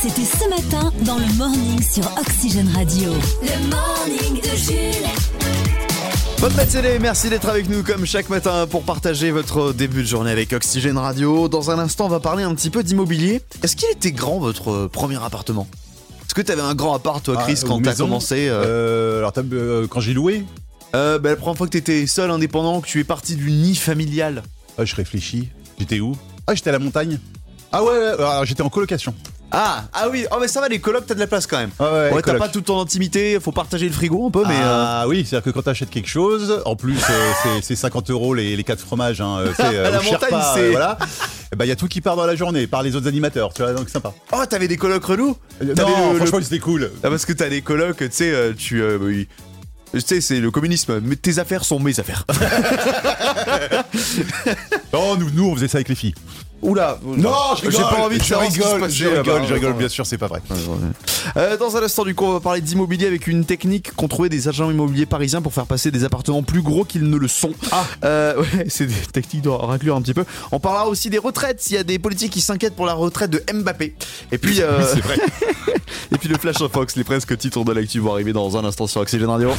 C'était ce matin dans le morning sur Oxygène Radio. Le morning de Jules. Bonne matinée, merci d'être avec nous comme chaque matin pour partager votre début de journée avec Oxygène Radio. Dans un instant, on va parler un petit peu d'immobilier. Est-ce qu'il était grand votre premier appartement Est-ce que t'avais un grand appart toi, Chris, Ah, quand ou t'as maison. commencé euh, Euh, alors, t'as- euh, quand j'ai loué, euh, bah, La première fois que t'étais seul, indépendant, que tu es parti du nid familial. ah, je réfléchis. J'étais où Ah, j'étais à la montagne. Ah ouais, ouais, ouais, alors, j'étais en colocation. Ah, ah oui, oh mais ça va, les colocs, t'as de la place quand même. Ah ouais, Ouais, t'as coloc. pas toute ton intimité, faut partager le frigo un peu, mais. euh, Ah oui, c'est-à-dire que quand t'achètes quelque chose, en plus euh, c'est- c'est 50 euros les, les 4 fromages, hein, euh, tu sais, euh, À la au Sherpa, montagne, euh, c'est- voilà. Et bah il y a tout qui part dans la journée par les autres animateurs, tu vois, donc sympa. Oh, t'avais des colocs relous Euh, T'avais non, le- le- franchement c'était cool. Ah, parce que t'as des colocs, tu sais, euh, tu. euh, oui. Tu sais, c'est le communisme. Mais tes affaires sont mes affaires. Non, nous, nous on faisait ça avec les filles. Euh, Oula. J'ai pas envie de je savoir ce qui se rigole, passait je rigole, là-bas. hein. je rigole, bien sûr, c'est pas vrai. Euh, dans un instant, du coup, on va parler d'immobilier avec une technique qu'ont trouvé des agents immobiliers parisiens pour faire passer des appartements plus gros qu'ils ne le sont. Euh, ouais, c'est des techniques de inclure un petit peu. On parlera aussi des retraites. Il y a des politiques qui s'inquiètent pour la retraite de Mbappé. Et puis, euh, Oui, c'est vrai. et puis le Flash of Fox, les presque titres de l'actu vont arriver dans un instant sur Oxygène Radio.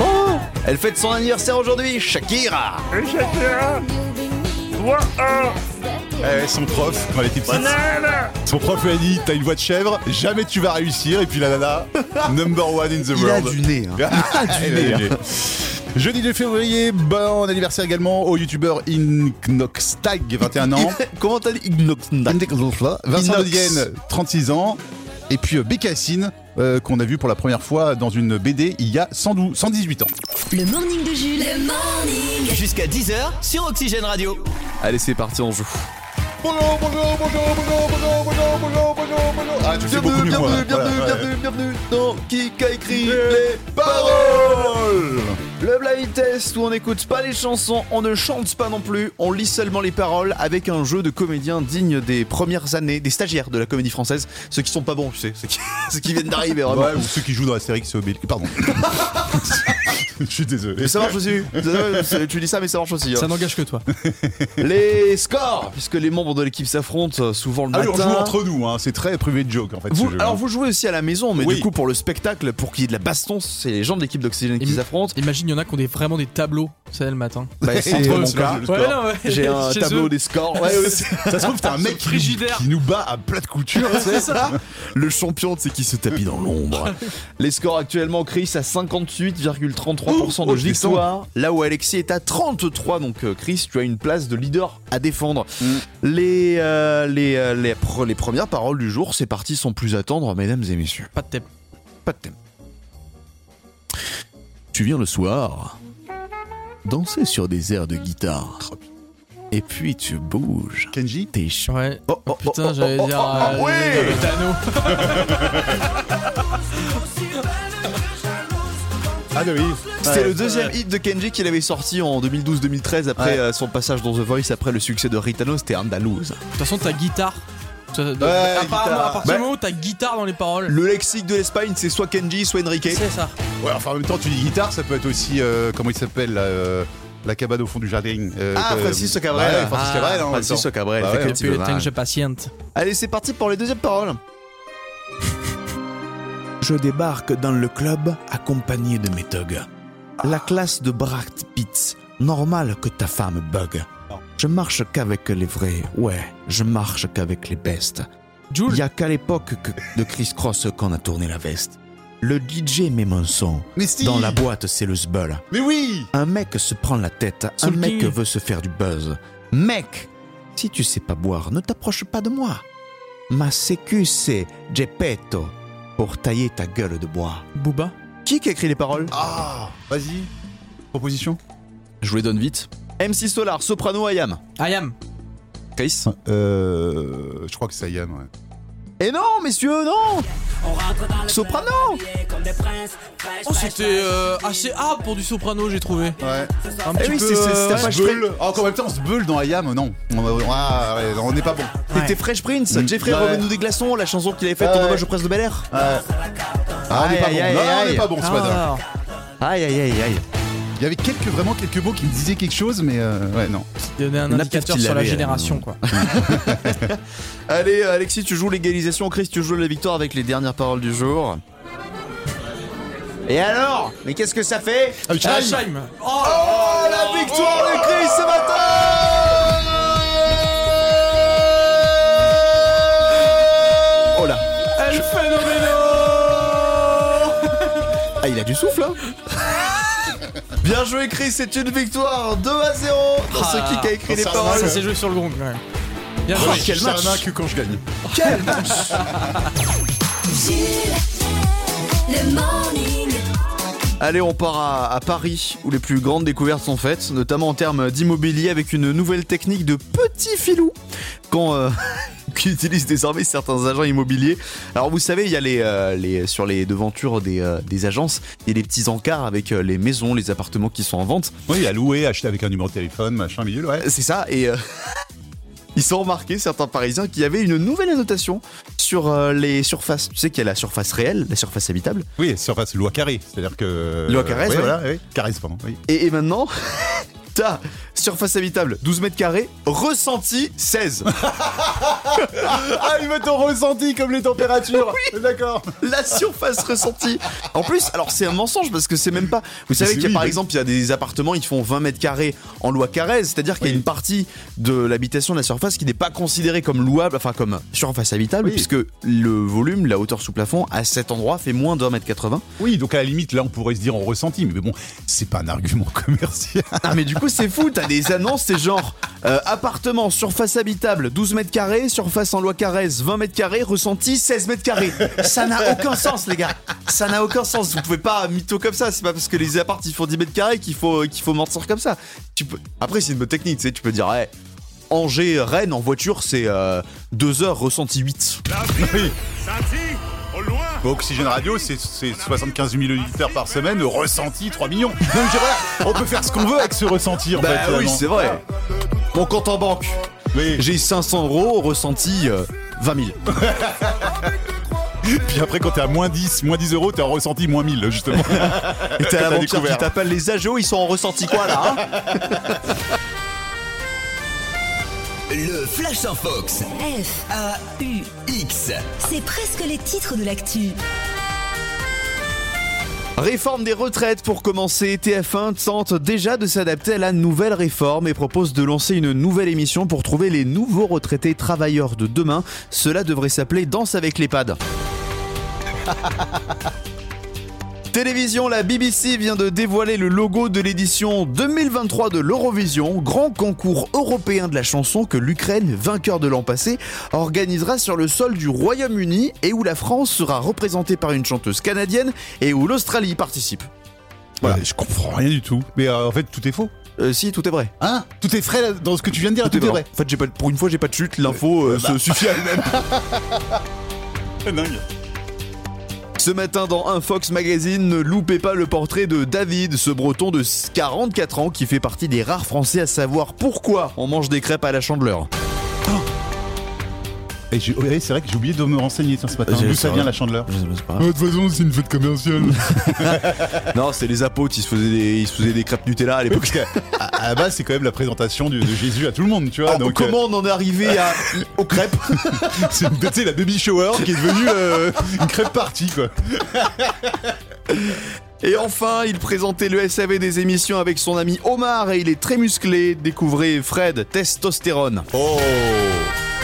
Oh, elle fête son anniversaire aujourd'hui, Shakira. Eh, son prof, quand elle était petite, son prof lui a dit T'as une voix de chèvre, jamais tu vas réussir. Et puis la nana, number one in the Il a world. du nez. hein. Ah, elle a du nez. Jeudi 2 février, bon anniversaire également au youtubeur Inknoxtag, 21 ans. Comment t'as dit Ignoxnda Vincent Inox. de Guen, 36 ans. Et puis euh, Bécassine, euh, qu'on a vu pour la première fois dans une BD il y a 112, 118 ans. Le morning de Jules. Le morning. Jusqu'à 10h sur Oxygène Radio. Allez, c'est parti, on joue. Bonjour, bonjour, bonjour, bonjour, bonjour, bonjour, bonjour, bonjour. Ah, je fais beaucoup mieux, moi. Voilà, ouais. bienvenue dans Qui a écrit Parole Le blind test où on n'écoute pas les chansons, on ne chante pas non plus, on lit seulement les paroles avec un jeu de comédiens digne des premières années, des stagiaires de la comédie française, ceux qui sont pas bons, tu sais, ceux qui, ceux qui viennent d'arriver vraiment. Ouais, ou ceux qui jouent dans Astérix et Obélix. Pardon. Je suis désolé. Mais ça marche aussi. tu dis ça, mais ça marche aussi. hein. Ça n'engage que toi. Les scores, puisque les membres de l'équipe s'affrontent euh, souvent le Ah oui, on joue matin. entre nous, hein. c'est très privé de joke en fait. Vous, ce jeu. alors vous jouez aussi à la maison, mais Oui. du coup pour le spectacle, pour qu'il y ait de la baston, c'est les gens de l'équipe d'Oxygène qui Im- s'affrontent. Imagine, il y en a qui ont des, vraiment des tableaux, ça le matin. Bah, c'est Entre eux, mon c'est cas. le Ouais, score. non, ouais. J'ai un Chez tableau eux. des scores. Ouais, ouais, Ça se trouve, t'as un mec qui nous, frigidaire. qui nous bat à plat de couture. tu sais. c'est ça. Le champion, c'est qui se tapit dans l'ombre. Les scores actuellement, Chris à 58,33% de Oh, oh, victoire, là où Alexis est à 33. Donc euh, Chris, tu as une place de leader à défendre. Mm. Les, euh, les, euh, les, pre- les premières paroles du jour, c'est parti sans plus attendre, mesdames et messieurs. Pas de thème. Pas de thème. Tu viens le soir, danser sur des airs de guitare. Et puis tu bouges Kenji tes chants. Ouais. Oh, oh, Putain, oh, oh, j'allais oh, dire. oh, oh, euh, ouais. le Dano. Ah bah oui. C'était Ouais. le deuxième hit de Kenji qu'il avait sorti en 2012-2013 après Ouais. euh, son passage dans The Voice, après le succès de Ritano, c'était Andalouse. De toute façon, ta guitare. Ça- de- Ouais, apparemment, guitare. à partir Ouais. du moment où t'as guitare dans les paroles, Bah. Le lexique de l'Espagne, c'est soit Kenji, soit Enrique. c'est ça. Ouais, enfin en même temps, tu dis guitare, ça peut être aussi. euh, comment il s'appelle là, euh, La cabane au fond du jardin. euh, Ah, que- Francis Cabrel. Ouais, Francis Ah, Cabrel, hein, en Francisco même temps. Cabrel, Bah ouais. effectivement. Depuis le temps que je patiente. Allez, c'est parti pour les deuxièmes paroles. Je débarque dans le club accompagné de mes thugs. Ah. La classe de Brad Pitt. Normal que ta femme bug. Je marche qu'avec les vrais, ouais, je marche qu'avec les bestes. Il Jules, y a qu'à l'époque que- de Chris Cross qu'on a tourné la veste. Le DJ met mon son. Mais si Dans la boîte, c'est le zbeul. Mais oui Un mec se prend la tête, un Soul mec King. veut se faire du buzz. Mec, si tu sais pas boire, ne t'approche pas de moi. Ma sécu, c'est Geppetto pour tailler ta gueule de bois. Booba. Qui qui a écrit les paroles Ah Vas-y. Proposition Je vous les donne vite. MC Solar, Soprano, Ayam. Ayam. Chris. Euh. Je crois que c'est Yann, ouais. Eh Et non, messieurs, non Soprano Eh Oh, c'était euh, assez hard pour du soprano, j'ai trouvé. Ouais. Un Eh petit oui, peu, c'est- c'est- euh, c'est ouais. pas- je Beul. Ah, Encore en même temps, on se beule dans Ayam, non. On va- Ah, ouais, non, on n'est pas bon. C'était Fresh Prince, Mm. Jeffrey Ouais. Revenez-nous des glaçons, la chanson qu'il avait faite en Ouais. hommage au presse de Bel Air. Ouais. Ah, on n'est Aïe, pas aïe, bon. aïe, Non, on aïe. n'est pas bon ce matin. Ah. Aïe aïe aïe aïe. Il y avait quelques, vraiment quelques mots qui me disaient quelque chose, mais euh, ouais, non. Donner un Napier indicateur qui sur la l'avait, euh, génération, quoi. Ah, Allez, euh, Alexis, tu joues l'égalisation. Chris, tu joues la victoire avec les dernières paroles du jour. Et alors Mais qu'est-ce que ça fait Ah, mais Chai Shime. Oh, Oh, la victoire de Chris ce matin Oh là El Phénoméno Ah, il a du souffle, hein Bien joué, Chris, c'est une victoire 2 à 0 dans ce Ah, qui a écrit dans les ça, paroles. Ça s'est joué sur le gong, ouais. Bien Ah, joué. je suis arnaque quand je gagne. Jules, le morning. Allez, on part à, à Paris, où les plus grandes découvertes sont faites, notamment en termes d'immobilier, avec une nouvelle technique de petit filou quand, euh, qu'utilisent désormais certains agents immobiliers. Alors, vous savez, il y a les, euh, les- sur les devantures des, euh, des agences, il y a des petits encarts avec euh, les maisons, les appartements qui sont en vente. Oui, à louer, acheter avec un numéro de téléphone, machin, milieu, ouais. C'est ça, et euh, ils sont remarqués, certains Parisiens, qu'il y avait une nouvelle annotation sur euh, les surfaces. Tu sais qu'il y a la surface réelle, la surface habitable, Oui, surface loi carré, c'est-à-dire que. euh, Loi Carré, oui, ouais. voilà, oui. Carré, pardon. Oui. et, et maintenant, t'as surface habitable 12 mètres carrés, ressenti 16. Ah, ils mettent au ressenti comme les températures. D'accord. la surface ressentie. En plus, alors c'est un mensonge parce que c'est même pas. Vous savez c'est qu'il y a oui, par mais- exemple, il y a des appartements, ils font 20 mètres carrés en loi Carrez, c'est-à-dire qu'il y a une partie de l'habitation de la surface qui n'est pas considérée comme louable, enfin comme surface habitable, Oui. puisque le volume, la hauteur sous plafond, à cet endroit fait moins d'un mètre 80. Oui, donc à la limite, là, on pourrait se dire en ressenti, mais bon, c'est pas un argument commercial. Ah, mais du coup, c'est fou, t'as des annonces, c'est genre euh, appartement, surface habitable 12 mètres carrés, surface en loi Carrez 20 mètres carrés, ressenti 16 mètres carrés. Ça n'a aucun sens, les gars. Ça n'a aucun sens. Vous pouvez pas mytho comme ça. C'est pas parce que les appartes ils font 10 mètres carrés qu'il faut, qu'il faut mentir comme ça. Tu peux... Après, c'est une bonne technique, tu sais, tu peux dire, ouais. Angers, Rennes en voiture, c'est 2 heures ressenti 8. oui. Bon, Oxygène Radio, c'est c'est 75 000 auditeurs par semaine, ressenti 3 millions. Donc, je- voilà, on peut faire ce qu'on veut avec ce ressenti, en fait. finalement. vrai. Mon compte en banque, Oui. j'ai 500 euros, ressenti euh, 20 000. Puis après, quand t'es à moins 10, moins 10 euros, t'es en ressenti moins 1000, justement. Et t'as la T'as banquière qui découvert. t'appelle les agios, ils sont en ressenti quoi là hein Le Flash en Fox. F, A-U-X. c'est presque les titres de l'actu. Réforme des retraites pour commencer. TF1 tente déjà de s'adapter à la nouvelle réforme et propose de lancer une nouvelle émission pour trouver les nouveaux retraités travailleurs de demain. Cela devrait s'appeler Danse avec l'EHPAD. Télévision, la BBC vient de dévoiler le logo de l'édition 2023 de l'Eurovision, grand concours européen de la chanson que l'Ukraine, vainqueur de l'an passé, organisera sur le sol du Royaume-Uni et où la France sera représentée par une chanteuse canadienne et où l'Australie participe. Voilà, je comprends rien du tout. Mais euh, en fait, tout est faux. Euh, si, tout est vrai. Hein Tout est frais là, dans ce que tu viens de dire, tout, est vrai. En fait, j'ai pas, pour une fois, j'ai pas de chute, l'info euh, se suffit à elle-même. Dingue. Ce matin dans un Fox Magazine, ne loupez pas le portrait de David, ce breton de 44 ans qui fait partie des rares Français à savoir pourquoi on mange des crêpes à la chandeleur. Et j'ai- ouais, c'est vrai que j'ai oublié de me renseigner tiens, ce matin. J'ai- D'où c'est ça vrai. vient la chandeleur pas. De toute façon, c'est une fête commerciale. Non, c'est les apôtres, ils se faisaient des, ils se faisaient des crêpes Nutella à l'époque. Parce que, à, à la base, c'est quand même la présentation du- de Jésus à tout le monde, tu vois. Alors, donc, comment on en est arrivé à, aux crêpes euh, c'est une- tu sais, la baby shower qui est devenue euh, une crêpe partie, quoi. Et enfin, il présentait le SAV des émissions avec son ami Omar et il est très musclé. Découvrez Fred Testostérone. Oh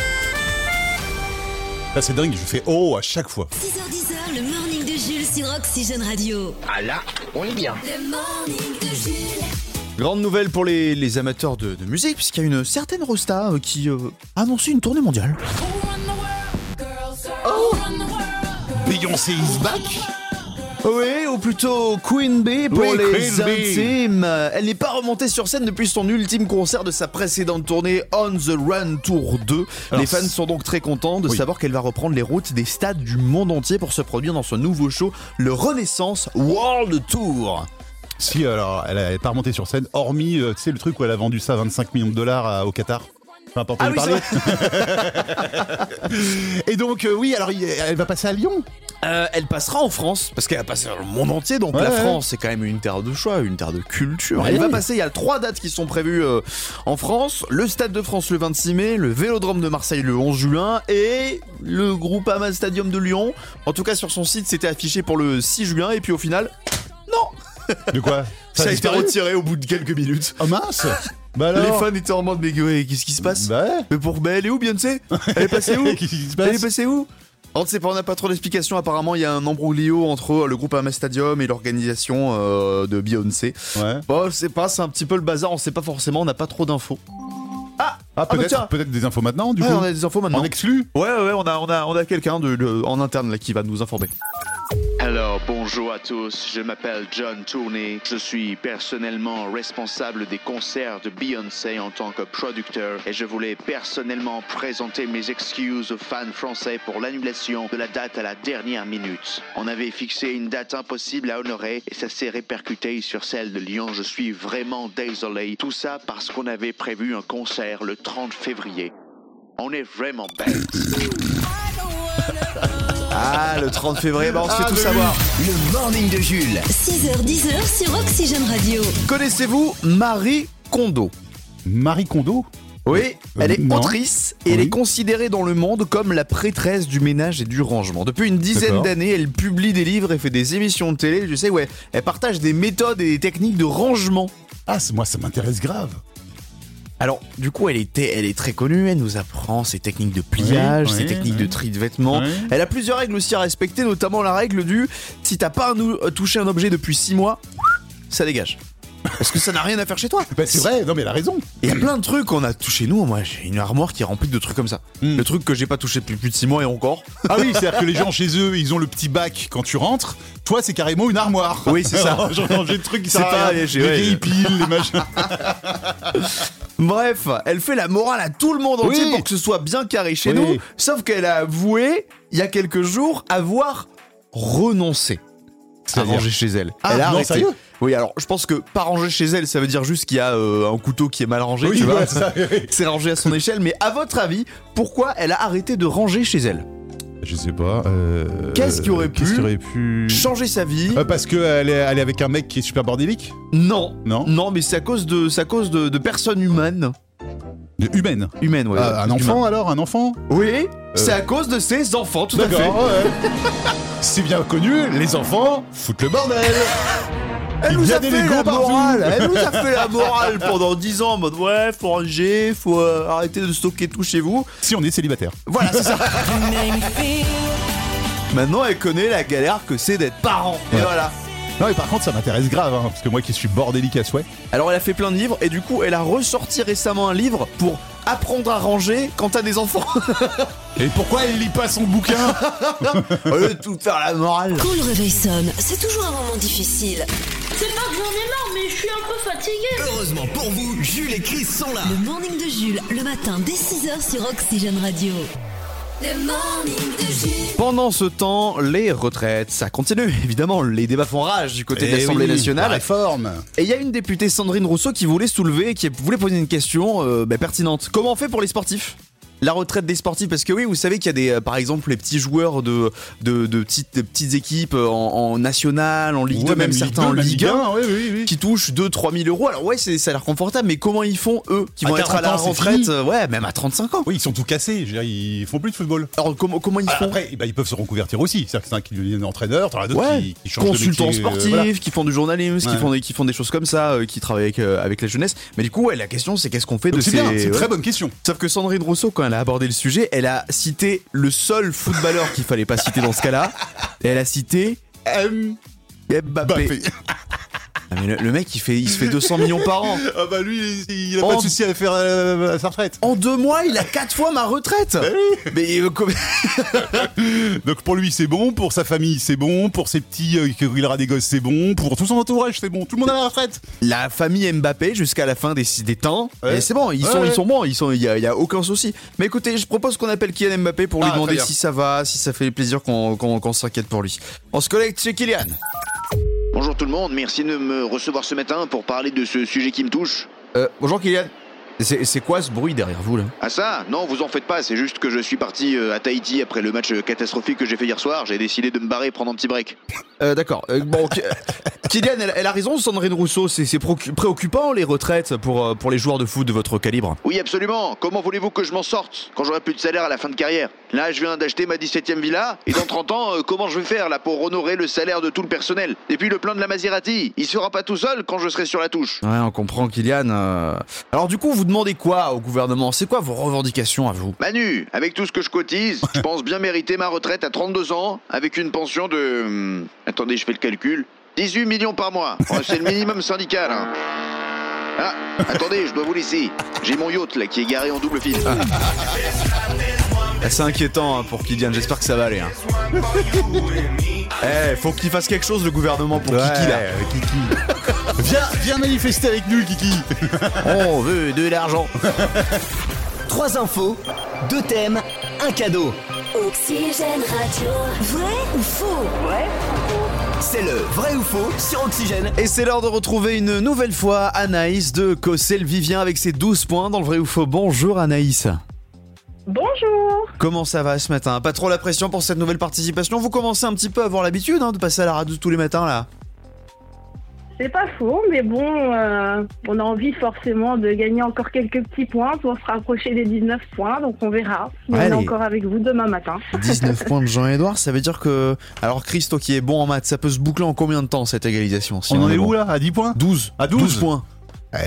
Là, Ah, c'est dingue, je fais oh à chaque fois. 6h10, le morning de Jules sur Oxygène Radio. Ah là, on est bien. Le morning de Jules. Grande nouvelle pour les, les amateurs de, de musique, puisqu'il y a une certaine Rosta euh, qui euh, a annoncé une tournée mondiale. Beyoncé is back Oui, ou plutôt Queen Bee pour Oui, les Queen Bee. intimes. Elle n'est pas remontée sur scène depuis son ultime concert de sa précédente tournée On the Run Tour 2. Alors, les fans c'est- sont donc très contents de Oui. savoir qu'elle va reprendre les routes des stades du monde entier pour se produire dans son nouveau show, le Renaissance World Tour. Si, alors, elle n'est pas remontée sur scène, hormis, euh, tu sais, le truc où elle a vendu ça à 25 millions de dollars à- au Qatar. Peu importe, Ah on oui, lui parlait. Et donc, euh, oui, alors il- elle va passer à Lyon Euh, elle passera en France, parce qu'elle a passé dans le monde entier, donc Ouais, la ouais. Bah France c'est quand même une terre de choix, une terre de culture. Ouais. Elle va passer, il y a trois dates qui sont prévues euh, en France, le Stade de France le 26 mai, le Vélodrome de Marseille le 11 juin, et le Groupama Stadium de Lyon. En tout cas sur son site c'était affiché pour le 6 juin, et puis au final, non De quoi Ça, a été disparu retiré au bout de quelques minutes. Oh mince Bah alors Les fans étaient en mode, mais ouais, qu'est-ce qui se passe Bah ouais. Mais pour, mais elle est où Beyoncé Elle est passée où Qu'est-ce qui se passe Elle est passée Bah, où on ne sait pas, on n'a pas trop d'explications. Apparemment, il y a un embrouillio entre euh, le groupe Amas Stadium et l'organisation euh, de Beyoncé. Ouais. Ah, Bon, c'est pas, c'est un petit peu le bazar. On sait pas forcément, on n'a pas trop d'infos. Ah, bah peut-être tiens. peut-être Ah, des infos maintenant, du Ouais, coup on a des infos maintenant. En exclu Ouais, ouais, on a, on a, on a quelqu'un de, de- en interne là qui va nous informer. Alors, bonjour à tous, je m'appelle John Tourney. Je suis personnellement responsable des concerts de Beyoncé en tant que producteur et je voulais personnellement présenter mes excuses aux fans français pour l'annulation de la date à la dernière minute. On avait fixé une date impossible à honorer et ça s'est répercuté sur celle de Lyon. Je suis vraiment désolé. Tout ça parce qu'on avait prévu un concert le 30 février. On est vraiment bête. Ah, le 30 février, bah on se fait Ah, tout le savoir. Le morning de Jules. 6h10h sur Oxygène Radio. Connaissez-vous Marie Kondo Marie Kondo Oui, elle est non. autrice et elle Oui. est considérée dans le monde comme la prêtresse du ménage et du rangement. Depuis une dizaine D'accord. d'années, elle publie des livres et fait des émissions de télé, je sais, ouais. Elle partage des méthodes et des techniques de rangement. Ah, c'est- moi ça m'intéresse grave. Alors, du coup, elle, était, elle est très connue, elle nous apprend ses techniques de pliage, Oui, ses oui, techniques oui. de tri de vêtements. Oui. Elle a plusieurs règles aussi à respecter, notamment la règle du si t'as pas un ou- touché un objet depuis 6 mois, ça dégage. Parce que ça n'a rien à faire chez toi. Bah c'est vrai, non mais elle a raison. Il y a plein de trucs qu'on a touché nous. Moi, j'ai une armoire qui est remplie de trucs comme ça. Mm. Le truc que j'ai pas touché depuis plus de 6 mois et encore. Ah oui, c'est-à-dire que les gens chez eux, ils ont le petit bac quand tu rentres. Toi, c'est carrément une armoire. Oui, c'est ça. Genre, genre, j'ai des trucs qui C'est servent pas- à rien. ouais, j'ai- Les ouais. vieilles piles, les machins. Bref, elle fait la morale à tout le monde entier Oui. pour que ce soit bien carré chez Oui. nous. Sauf qu'elle a avoué, il y a quelques jours, avoir renoncé à C'est-à-dire ranger chez elle. Ah, elle a non, arrêté. sérieux oui, alors je pense que pas ranger chez elle, ça veut dire juste qu'il y a euh, un couteau qui est mal rangé, tu vois. ouais, c'est ça. C'est rangé à son échelle, mais à votre avis, pourquoi elle a arrêté de ranger chez elle Je sais pas. euh, Qu'est-ce qui aurait qu'est-ce pu qui aurait pu- Changer sa vie Euh, parce qu'elle est, elle est avec un mec qui est super bordélique Non. Non Non, mais c'est à cause de, c'est à cause de, de personnes humaines. De- Humaine. Humaines, ouais. Ah, un Humaines. enfant alors Un enfant Oui, c'est à cause de ses enfants, tout à fait. D'accord, ouais. C'est bien connu, les enfants foutent le bordel. Elle Il nous y a a des fait Legos la partout. morale. Elle nous a fait la morale pendant 10 ans en mode ouais, faut ranger, faut euh, arrêter de stocker tout chez vous. Si on est célibataire. Voilà, c'est ça. Maintenant, elle connaît la galère que c'est d'être parent. Et Ouais. voilà. Non, mais par contre, ça m'intéresse grave, hein, parce que moi qui suis bordélique à souhait. Alors, elle a fait plein de livres et du coup, elle a ressorti récemment un livre pour apprendre à ranger quand t'as des enfants. Et pourquoi elle lit pas son bouquin Au lieu de tout faire la morale. Quand le réveil sonne, c'est toujours un moment difficile. C'est pas que j'en ai marre, mais je suis un peu fatiguée. Heureusement pour vous, Jules et Chris sont là. Le morning de Jules, le matin dès 6h sur Oxygène Radio. Le morning de Jules. Pendant ce temps, les retraites, ça continue. Évidemment, les débats font rage du Eh côté de l'Assemblée nationale. La réforme. Et il y a une députée, Sandrine Rousseau, qui voulait soulever, qui voulait poser une question euh, bah, pertinente. Comment on fait pour les sportifs la retraite des sportifs, parce que oui, vous savez qu'il y a des, euh, par exemple, les petits joueurs de, de, de petites, de petites équipes euh, en, en national, en Ligue Ouais, 2, même, Ligue certains 2, en même Ligue 1, oui, oui, oui. qui touchent 2-3 000 euros. Alors ouais, c'est- ça a l'air confortable, mais comment ils font, eux, qui À vont être à 40 la ans, c'est retraite, fini. euh, ouais, même à 35 ans. Oui, ils sont tout cassés, je veux dire, ils font plus de football. Alors comment, comment ils Ah, font Après, eh ben, ils peuvent se reconvertir aussi. C'est-à-dire que c'est un qui deviennent entraîneur, t'en as d'autres Ouais, qui, qui changent de consultants métier, euh, sportifs, voilà. qui font du journalisme, qui, Ouais. font des, qui font des choses comme ça, euh, qui travaillent avec, euh, avec la jeunesse. Mais du coup, ouais, la question, c'est qu'est-ce qu'on fait Donc de c'est ces... bien, c'est une ouais. très bonne question. Sauf que Sandrine Rousseau, quand elle a abordé le sujet, elle a cité le seul footballeur qu'il fallait pas citer dans ce cas-là. Et elle a cité Mbappé. Mbappé. Ah, mais le, le mec, il, fait, il se fait 200 millions par an. Ah bah lui, il, il a En- pas de souci à faire euh, à sa retraite. En deux mois, il a quatre fois ma retraite. Eh Mais euh, com- Donc pour lui, c'est bon, pour sa famille, c'est bon, pour ses petits euh, qu'il aura des gosses, c'est bon, pour tout son entourage, c'est bon. Tout le monde à la retraite. la famille Mbappé jusqu'à la fin des, des temps, Ouais. et c'est bon, ils sont, Ouais, ouais. ils sont bons, ils sont, il y a, il y a aucun souci. Mais écoutez, je propose qu'on appelle Kylian Mbappé pour lui Ah, très demander bien. si ça va, si ça fait plaisir qu'on qu'on- qu'on s'inquiète pour lui. On se connecte chez Kylian. Bonjour tout le monde, merci de me recevoir ce matin pour parler de ce sujet qui me touche. Euh, bonjour Kylian. C'est c'est quoi ce bruit derrière vous là Ah ça Non, vous en faites pas, c'est juste que je suis parti euh, à Tahiti après le match euh, catastrophique que j'ai fait hier soir, j'ai décidé de me barrer et prendre un petit break. Euh, D'accord. Euh, bon, Ki- Kylian, elle, elle a raison, Sandrine Rousseau. C'est c'est procu- préoccupant les retraites pour, euh, pour les joueurs de foot de votre calibre. Oui, absolument Comment voulez-vous que je m'en sorte quand j'aurai plus de salaire à la fin de carrière Là, je viens d'acheter ma 17ème villa, et dans 30 ans, euh, comment je vais faire là pour honorer le salaire de tout le personnel Et puis le plan de la Maserati, il sera pas tout seul quand je serai sur la touche. Ouais, on comprend, Kylian. euh. Alors, du coup, vous demandez quoi au gouvernement C'est quoi vos revendications à vous Manu, avec tout ce que je cotise, je pense bien mériter ma retraite à 32 ans avec une pension de... hum, attendez, je fais le calcul. 18 millions par mois. Ouais, c'est le minimum syndical. hein. Ah, attendez, je dois vous laisser. J'ai mon yacht là qui est garé en double fil. C'est inquiétant hein, pour Kylian. J'espère que ça va aller. hein. Eh, faut qu'il fasse quelque chose, le gouvernement, pour Kiki là. Viens, viens manifester avec nous, Kiki. On veut de l'argent. Trois infos, deux thèmes, un cadeau. Oxygène Radio. Vrai ou faux C'est le vrai ou faux sur Oxygène. Et c'est l'heure de retrouver une nouvelle fois Anaïs de Cossel Vivien avec ses 12 points dans le vrai ou faux. Bonjour Anaïs. Bonjour. Comment ça va ce matin Pas trop la pression pour cette nouvelle participation. Vous commencez un petit peu à avoir l'habitude hein, de passer à la radio tous les matins là. C'est pas faux, mais bon, euh, on a envie forcément de gagner encore quelques petits points pour se rapprocher des 19 points, donc on verra. On est Allez. encore avec vous demain matin. 19 points de Jean-Edouard, ça veut dire que. Alors Chris, toi qui est bon en maths, ça peut se boucler en combien de temps cette égalisation si On en est est bon où là À 10 points 12. À 12. 12 points. 12,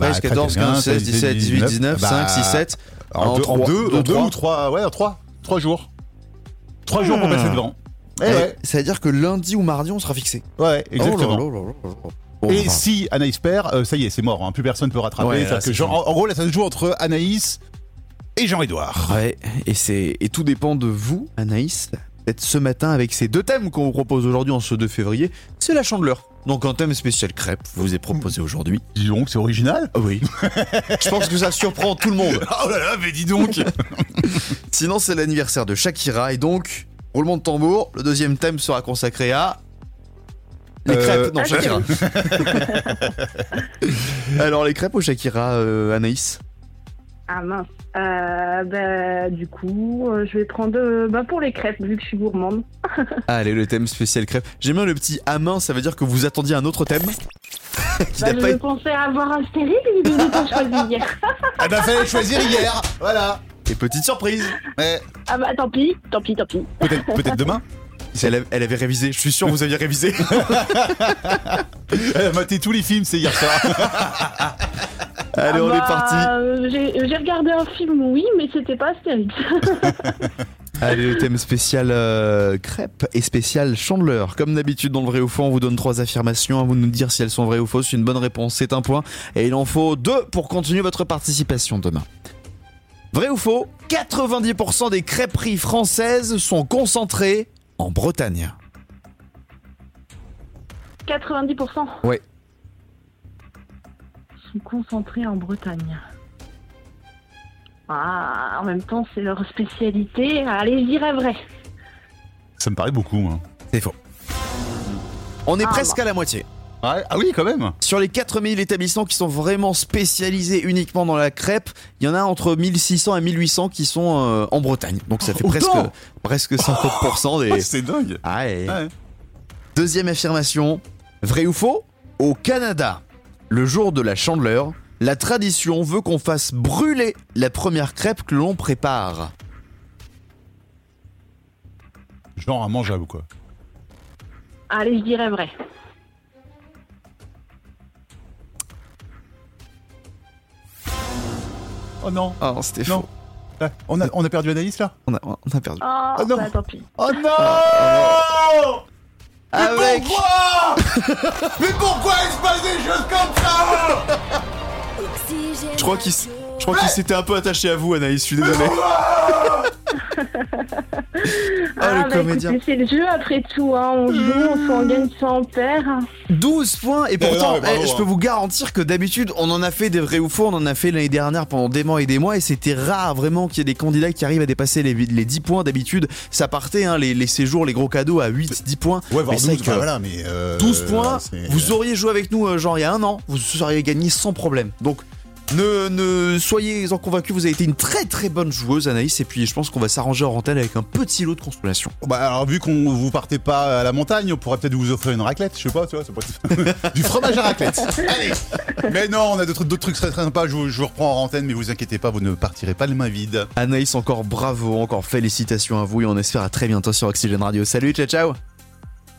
13, 14, 15, 16, 17, 18, 19, 5, 6, 7. bah, En En 2 trois- deux ou ou trois. 3, ouais, 3. 3 jours. 3 jours Ah. pour passer devant. Eh ouais, Ça veut dire que lundi ou mardi, on sera fixé. ouais, exactement. Oh là là là là là. Bon, Et enfin. si Anaïs perd, euh, ça y est, c'est mort. hein, Plus personne peut rattraper. Ouais, là, C'est-à-dire que c'est Jean- en en gros, là, ça se joue entre Anaïs et Jean-Edouard. Ouais, et, c'est, et tout dépend de vous, Anaïs. Peut-être ce matin, avec ces deux thèmes qu'on vous propose aujourd'hui en ce 2 février, c'est la chandeleur. Donc un thème spécial crêpe vous est proposé aujourd'hui. Dis donc, c'est original. Oui. Je pense que ça surprend tout le monde. Oh là là, mais dis donc. Sinon, c'est l'anniversaire de Shakira, et donc, roulement de tambour, le deuxième thème sera consacré à. Les Euh, crêpes, non, ah, Shakira. Alors, les crêpes ou Shakira, euh, Anaïs Ah mince. Euh, bah, du coup, euh, je vais prendre euh, bah, pour les crêpes, vu que je suis gourmande. Ah, Allez, le thème spécial crêpes. J'aime bien le petit à main, ça veut dire que vous attendiez un autre thème. qui Bah, n'a je pas été- pensais avoir un stérile, mais il est pas choisi hier. Ah, Elle bah, m'a fait choisir hier. Voilà. Et petite surprise Mais Ah bah tant pis, tant pis, tant pis. peut-être, peut-être demain. Elle, avait- elle avait révisé, je suis sûr vous aviez révisé. Eh, Elle a maté tous les films, c'est hier soir. Allez, on Ah est bah, parti. euh, J'ai j'ai regardé un film, oui, mais c'était pas stérile. Allez, le thème spécial euh, crêpe et spécial chandeleur. Comme d'habitude, dans le vrai ou faux, on vous donne trois affirmations à vous de nous dire si elles sont vraies ou fausses. Une bonne réponse, c'est un point. Et il en faut deux pour continuer votre participation demain. Vrai ou faux, 90% des crêperies françaises sont concentrées en Bretagne. 90% Ouais. sont concentrés en Bretagne. Ah, en même temps, c'est leur spécialité. Allez, j'irai vrai. Ça me paraît beaucoup. hein. C'est faux. On est Ah, presque à la moitié. Ouais, ah oui, quand même. Sur les 4000 établissements qui sont vraiment spécialisés uniquement dans la crêpe, il y en a entre 1600 et 1800 qui sont euh, en Bretagne. Donc ça fait presque, Oh, Autant presque 50% Oh, des... c'est dingue. Ah, et- Ouais. Deuxième affirmation, vrai ou faux Au Canada, le jour de la chandeleur, la tradition veut qu'on fasse brûler la première crêpe que l'on prépare. Genre un mangeable ou quoi. Allez, je dirais vrai. Oh, Oh non. Oh, c'était Non. faux. Ah, On a, on a perdu Anaïs là On a, on a perdu. Oh, non. bah tant pis. Oh ah, non Ah, Avec Pourquoi Mais pourquoi il se passe des choses comme ça Oxygène Je crois qu'il s- je crois qu'il s'était un peu attaché à vous, Anaïs, je suis désolé. Ah, le bah, comédien. écoutez, c'est le jeu après tout. Hein. On joue, on s'en gagne, soit on perd. 12 points et non, pourtant mais bravo, eh, je peux hein. vous garantir que d'habitude on en a fait des vrais ou faux, on en a fait l'année dernière pendant des mois et des mois et c'était rare vraiment qu'il y ait des candidats qui arrivent à dépasser les, les 10 points d'habitude ça partait hein, les, les séjours, les gros cadeaux à 8, 10 points Ouais, voir mais c'est 12, que bah voilà, mais euh, 12 points c'est- euh, vous auriez joué avec nous euh, genre il y a un an vous auriez gagné sans problème donc Ne, ne soyez en convaincus, vous avez été une très très bonne joueuse, Anaïs, et puis je pense qu'on va s'arranger en antenne avec un petit lot de consolation. Bah, alors, vu qu'on vous partez pas à la montagne, on pourrait peut-être vous offrir une raclette, je sais pas, tu vois, ça pourrait être- du fromage à raclette. Allez Mais non, on a d'autres d'autres trucs très très sympas, je vous, je vous reprends en antenne, mais vous inquiétez pas, vous ne partirez pas les mains vides. Anaïs, encore bravo, encore félicitations à vous, et on espère à très bientôt sur Oxygène Radio. Salut, ciao ciao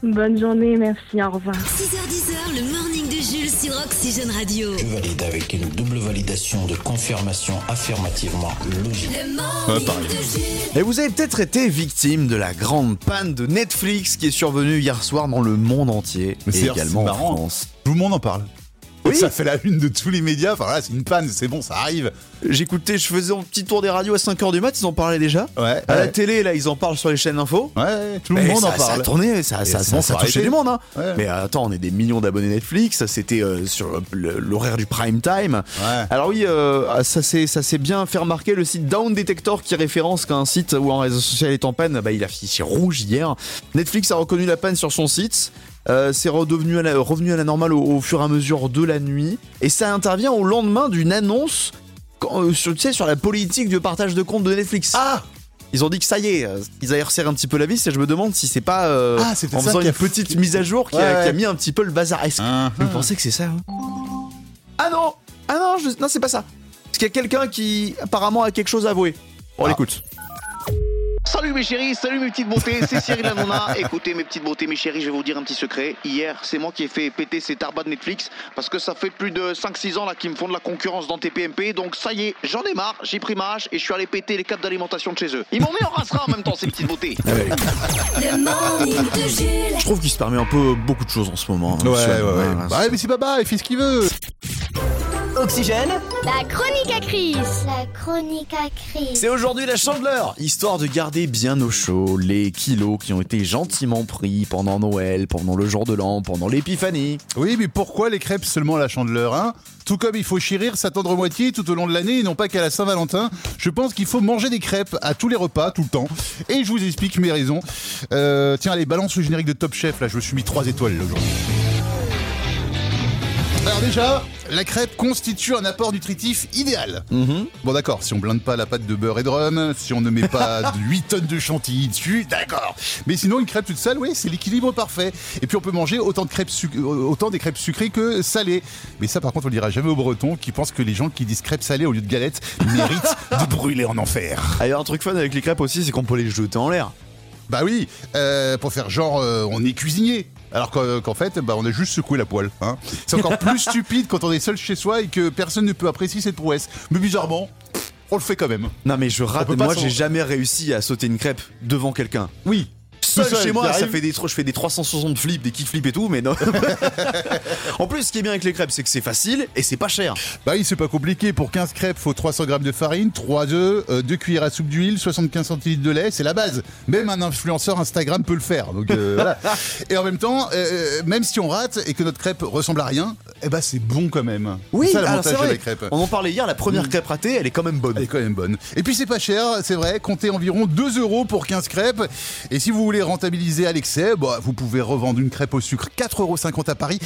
Bonne journée, merci, au revoir. 6h10h, le morning de Jules sur Oxygène Radio. Je valide avec une double validation de confirmation affirmativement logique. Le Ouais, morning pareil. de Jules. Et vous avez peut-être été victime de la grande panne de Netflix qui est survenue hier soir dans le monde entier, Mais et c'est- également c'est en marrant. France. Tout le monde en parle. Oui. Ça fait la une de tous les médias, enfin là, c'est une panne, c'est bon, ça arrive. J'écoutais, je faisais mon petit tour des radios à 5h du mat, ils en parlaient déjà. Ouais, À la ouais, télé, là, ils en parlent sur les chaînes d'info. ouais, tout le Ah, Mais monde ça, en Ça parle. a tourné, ça, ça, Et c'est ça, bon, ça faut touchait du arrêter. monde. Hein. Ouais. Mais attends, on est des millions d'abonnés Netflix, ça c'était euh, sur le- l'horaire du prime time. Ouais. Alors oui, euh, ça s'est ça s'est bien fait remarquer le site Down Detector qui référence qu'un site où un réseau social est en panne, bah, il a affiché rouge hier. Netflix a reconnu la panne sur son site. euh, c'est redevenu à la, revenu à la normale au, au fur et à mesure de la nuit. Et ça intervient au lendemain d'une annonce quand- euh, sur, tu sais, sur la politique de partage de comptes de Netflix. Ah ils ont dit que ça y est, euh, ils avaient resserré un petit peu la vis et je me demande si c'est pas euh, Ah, c'est en peut-être ça faisant qui une a- petite mise à jour qui, a, Ouais, ouais. qui a mis un petit peu le bazar. Est-ce que Hein, vous pensez que c'est ça hein Ah non Ah non, je- non c'est pas ça. Parce qu'il y a quelqu'un qui apparemment a quelque chose à avouer. Bon, on l'écoute. Salut mes chéris, salut mes petites beautés, c'est Cyril Hanouna. Écoutez mes petites beautés, mes chéris, je vais vous dire un petit secret. Hier, c'est moi qui ai fait péter ces tarbas de Netflix parce que ça fait plus de 5-6 ans là qu'ils me font de la concurrence dans TPMP. Donc ça y est, j'en ai marre, j'ai pris ma hache et je suis allé péter les câbles d'alimentation de chez eux. Ils m'ont mis en rasera en même temps ces petites beautés. Le morning de Jules. Je trouve qu'il se permet un peu euh, beaucoup de choses en ce moment. hein, Ouais, monsieur ouais, ouais. Hanouna, là, Bah ouais, mais c'est Baba, il fait ce qu'il veut. Oxygène La chronique à Chris. La chronique à Chris. C'est aujourd'hui la chandeleur, histoire de garder bien au chaud les kilos qui ont été gentiment pris pendant Noël, pendant le jour de l'an, pendant l'épiphanie. Oui, mais pourquoi les crêpes seulement à la chandeleur hein Tout comme il faut chérir sa tendre moitié tout au long de l'année et non pas qu'à la Saint-Valentin, je pense qu'il faut manger des crêpes à tous les repas, tout le temps. Et je vous explique mes raisons. Euh, tiens, allez, balance le générique de Top Chef, là, je me suis mis 3 étoiles là, aujourd'hui. Alors déjà, la crêpe constitue un apport nutritif idéal. Bon d'accord, si on blinde pas la pâte de beurre et de rhum, si on ne met pas 8 tonnes de chantilly dessus, d'accord. Mais sinon une crêpe toute seule, oui, c'est l'équilibre parfait. Et puis on peut manger autant de crêpes suc- euh, autant des crêpes sucrées que salées. Mais ça par contre, on le dira jamais aux Bretons qui pensent que les gens qui disent crêpes salées au lieu de galettes méritent de brûler en enfer. Ah, il y a un truc fun avec les crêpes aussi, c'est qu'on peut les jeter en l'air. Bah oui, euh, pour faire genre euh, on est cuisinier. Alors qu'en qu'en fait, bah, on a juste secoué la poêle. hein. C'est encore plus stupide quand on est seul chez soi et que personne ne peut apprécier cette prouesse. Mais bizarrement, on le fait quand même. Non mais je rate, peut pas moi s'en- j'ai jamais réussi à sauter une crêpe devant quelqu'un. Oui. Seul Tout seul, chez moi, ça t'arrives. fait des, tro- je fais des 360 flips, des kick flips et tout, mais non. en plus, ce qui est bien avec les crêpes, c'est que c'est facile et c'est pas cher. Bah oui, c'est pas compliqué. Pour 15 crêpes, faut 300 grammes de farine, 3 œufs, euh, 2 cuillères à soupe d'huile, 75 centilitres de lait, c'est la base. Même un influenceur Instagram peut le faire. Donc euh, voilà. Et en même temps, euh, même si on rate et que notre crêpe ressemble à rien, eh bah c'est bon quand même. c'est ça alors, c'est l'avantage de vrai. la crêpe. On en parlait hier, la première crêpe ratée, elle est quand même bonne. Elle est quand même bonne. Et puis c'est pas cher, c'est vrai, comptez environ 2 euros pour 15 crêpes. Et si vous voulez rentabiliser à l'excès, bah, vous pouvez revendre une crêpe au sucre 4,50 euros à Paris.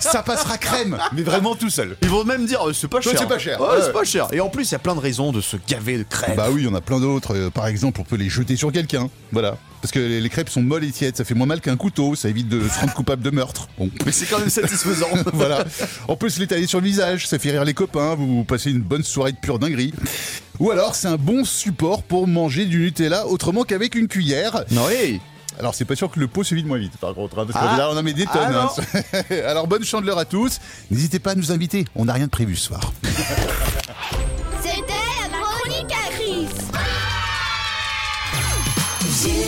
ça passera crème, mais vraiment tout seul. Ils vont même dire, euh, c'est pas Ouais, cher. c'est pas cher. Ouais, Ouais, c'est ouais. pas cher. Et en plus, il y a plein de raisons de se gaver de crêpes. Bah oui, il y en a plein d'autres. Euh, Par exemple, on peut les jeter sur quelqu'un. Voilà. Parce que les les crêpes sont molles et tièdes, ça fait moins mal qu'un couteau, ça évite de se rendre coupable de meurtre. Bon. Mais c'est quand même satisfaisant. voilà. On peut se l'étaler sur le visage, ça fait rire les copains, vous, vous passez une bonne soirée de pure dinguerie. Ou alors, c'est un bon support pour manger du Nutella autrement qu'avec une cuillère. non, oui. Alors, c'est pas sûr que le pot se vide moins vite, par contre, hein, parce que Ah. là, on en met des tonnes. Ah, hein. alors, bonne chandeleur à tous. N'hésitez pas à nous inviter, on n'a rien de prévu ce soir. C'était la chronique à Chris.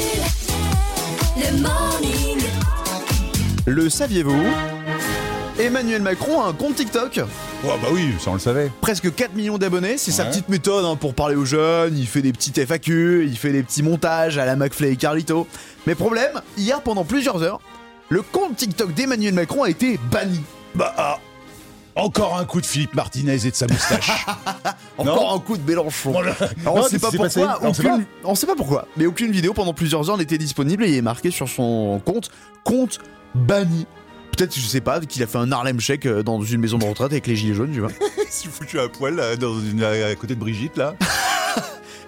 Jules. Le morning. Le saviez-vous Emmanuel Macron a un compte TikTok. Oh, bah oui, ça on le savait. presque 4 millions d'abonnés. C'est sa Ouais. petite méthode hein, pour parler aux jeunes. Il fait des petites FAQ, il fait des petits montages à la McFly et Carlito. Mais problème, hier pendant plusieurs heures, le compte TikTok d'Emmanuel Macron a été banni. Bah, ah, encore un coup de Philippe Martinez et de sa moustache. Encore Non. un coup de Mélenchon. Bon, là- Alors, on Non, sait qu'est-ce pas qui s'est passé pourquoi. Non, on sait pas. aucune- On sait pas pourquoi. Mais aucune vidéo pendant plusieurs heures n'était disponible et il est marqué sur son compte compte banni. Peut-être, je sais pas, qu'il a fait un Harlem Shake euh, dans une maison de retraite avec les gilets jaunes, tu vois. Si foutu à poil là, dans une- à à côté de Brigitte là.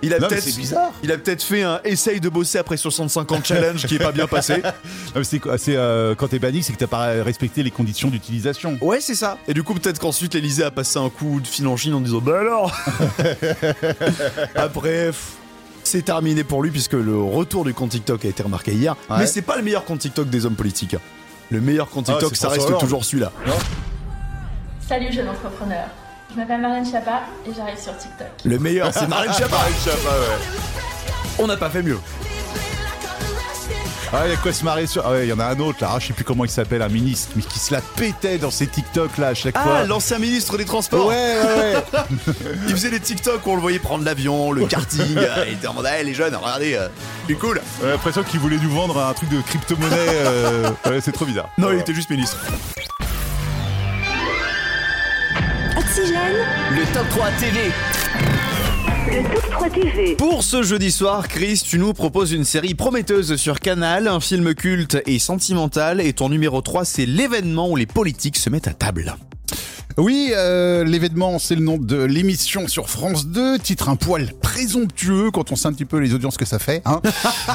Il a Non, mais peut-être c'est bizarre. Il a peut-être fait un essaye de bosser après 65 ans challenge qui est pas bien passé. Non, mais c'est quoi- c'est, euh, quand t'es banni, c'est que t'as pas respecté les conditions d'utilisation. Ouais, c'est ça. Et du coup, peut-être qu'ensuite l'Elysée a passé un coup de fil en Chine en disant Bah alors Après, pff, c'est terminé pour lui puisque le retour du compte TikTok a été remarqué hier. Ouais. Mais c'est pas le meilleur compte TikTok des hommes politiques. Le meilleur compte Ah, TikTok, c'est ça François reste Hollande. toujours celui-là. Salut jeune entrepreneur, je m'appelle Marlène Chapa et j'arrive sur TikTok. Le meilleur, c'est Marlène Chapa. Marlène Schiappa, ouais. On n'a pas fait mieux. Ah, il y a quoi se marrer sur. Ah, ouais, il y en a un autre là, Ah, je sais plus comment il s'appelle, un ministre, mais qui se la pétait dans ses TikTok là à chaque fois. Ah, l'ancien ministre des Transports. Ouais, ouais, Il faisait des TikTok où on le voyait prendre l'avion, le karting. euh, Il était en mode, Ah, les jeunes, regardez, euh, c'est cool. J'ai l'impression qu'il voulait nous vendre un truc de crypto-monnaie. euh, ouais, c'est trop bizarre. Non, il était juste ministre. Oxygène. Le top 3 TV. Le Top 3 TV. Pour ce jeudi soir, Chris, tu nous proposes une série prometteuse sur Canal, un film culte et sentimental, et ton numéro 3, c'est l'événement où les politiques se mettent à table. Oui, euh, l'événement, c'est le nom de l'émission sur France 2, titre un poil présomptueux quand on sait un petit peu les audiences que ça fait. Hein.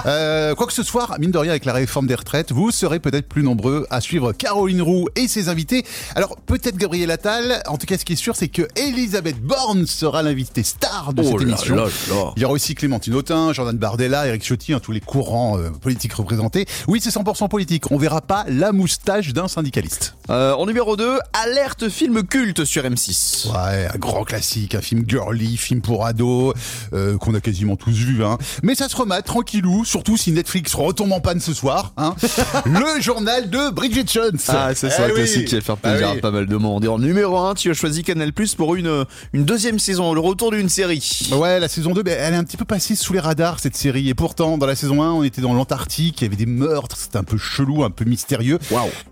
Euh, Quoique ce soir, mine de rien, avec la réforme des retraites, vous serez peut-être plus nombreux à suivre Caroline Roux et ses invités. Alors peut-être Gabriel Attal, en tout cas ce qui est sûr, c'est que Elisabeth Borne sera l'invitée star de Oh cette là émission. là là. Il y aura aussi Clémentine Autain, Jordan Bardella, Eric Ciotti, hein, tous les courants euh, politiques représentés. Oui, c'est 100% politique, on verra pas la moustache d'un syndicaliste. Euh, en numéro 2, alerte film culte sur M6. Ouais, un grand classique, un film girly, film pour ados, euh, qu'on a quasiment tous vu. Hein. Mais ça se remet tranquillou, surtout si Netflix retombe en panne ce soir. Hein. le journal de Bridget Jones. Ah, c'est ça, Eh un oui. classique qui va faire plaisir Ah oui. à pas mal de monde. Et en numéro 1, tu as choisi Canal Plus pour une, une deuxième saison, le retour d'une série. Ouais, la saison 2, ben, elle est un petit peu passée sous les radars, cette série. Et pourtant, dans la saison 1, on était dans l'Antarctique, il y avait des meurtres, c'était un peu chelou, un peu mystérieux.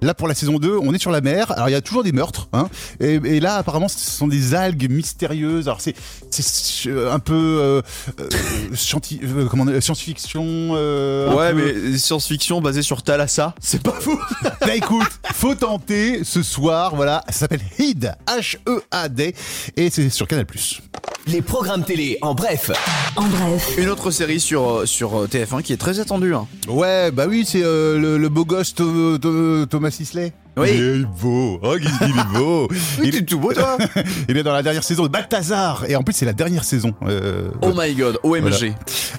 Là, pour la saison 2, on est sur la mer. Alors, il y a toujours des meurtres. Hein. Et, et là, apparemment, ce sont des algues mystérieuses. Alors, c'est c'est, euh, un peu euh, euh, scienti- euh, comment on dit, science-fiction. euh, un Ouais, peu- mais science-fiction basée sur Thalassa, c'est pas fou. bah écoute, faut tenter ce soir, voilà, ça s'appelle HEAD, H-E-A-D, et c'est sur Canal+. Les programmes télé, en bref. En bref. Une autre série sur, euh, sur TF1 qui est très attendue. hein. Ouais, bah oui, c'est euh, le, le beau gosse Tho- Tho- Thomas Sisley. Oui. Il est beau, oh, il, il est beau. il est tout beau, toi. il est dans la dernière saison de Balthazar, et en plus c'est la dernière saison. euh, Oh my god, OMG. Voilà.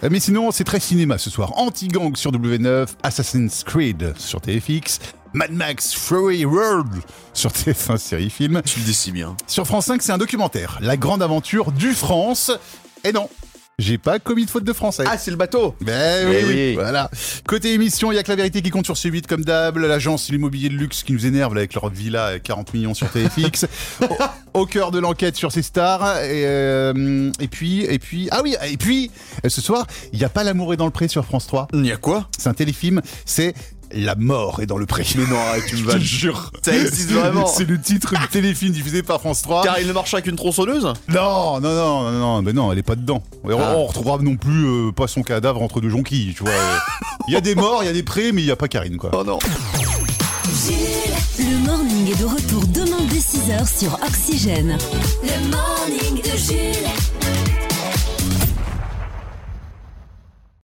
Euh, Mais sinon, c'est très cinéma ce soir. Anti-gang sur W9, Assassin's Creed sur TFX, Mad Max Fury World sur TF1 série film. Tu le dis si bien. Sur France 5, c'est un documentaire, La grande aventure du France. Et non, j'ai pas commis de faute de français. Ah, c'est le bateau Ben oui, Eh oui, oui. voilà. Côté émission, il y a que la vérité qui compte sur C8 comme d'hab, l'agence l'immobilier de luxe qui nous énerve là, avec leur villa à 40 millions sur TFX, au, au cœur de l'enquête sur ces stars, et, euh, et puis, et puis, ah oui, et puis, euh, ce soir, il n'y a pas l'amour est dans le pré sur France 3, Il y a quoi c'est un téléfilm, c'est La mort est dans le pré. Mais non, arrête, tu me Je te vannes. jure. Ça existe vraiment. C'est le titre du téléfilm diffusé par France 3. Car il ne marche avec une tronçonneuse Non, non, non, non, non, mais non, elle est pas dedans. Et on- Ah. On retrouvera non plus euh, pas son cadavre entre deux jonquilles, tu vois. euh. Il y a des morts, il y a des prés, mais il y a pas Karine, quoi. Oh non. Le morning est de retour demain dès 6h sur Oxygène. Le morning de Jules.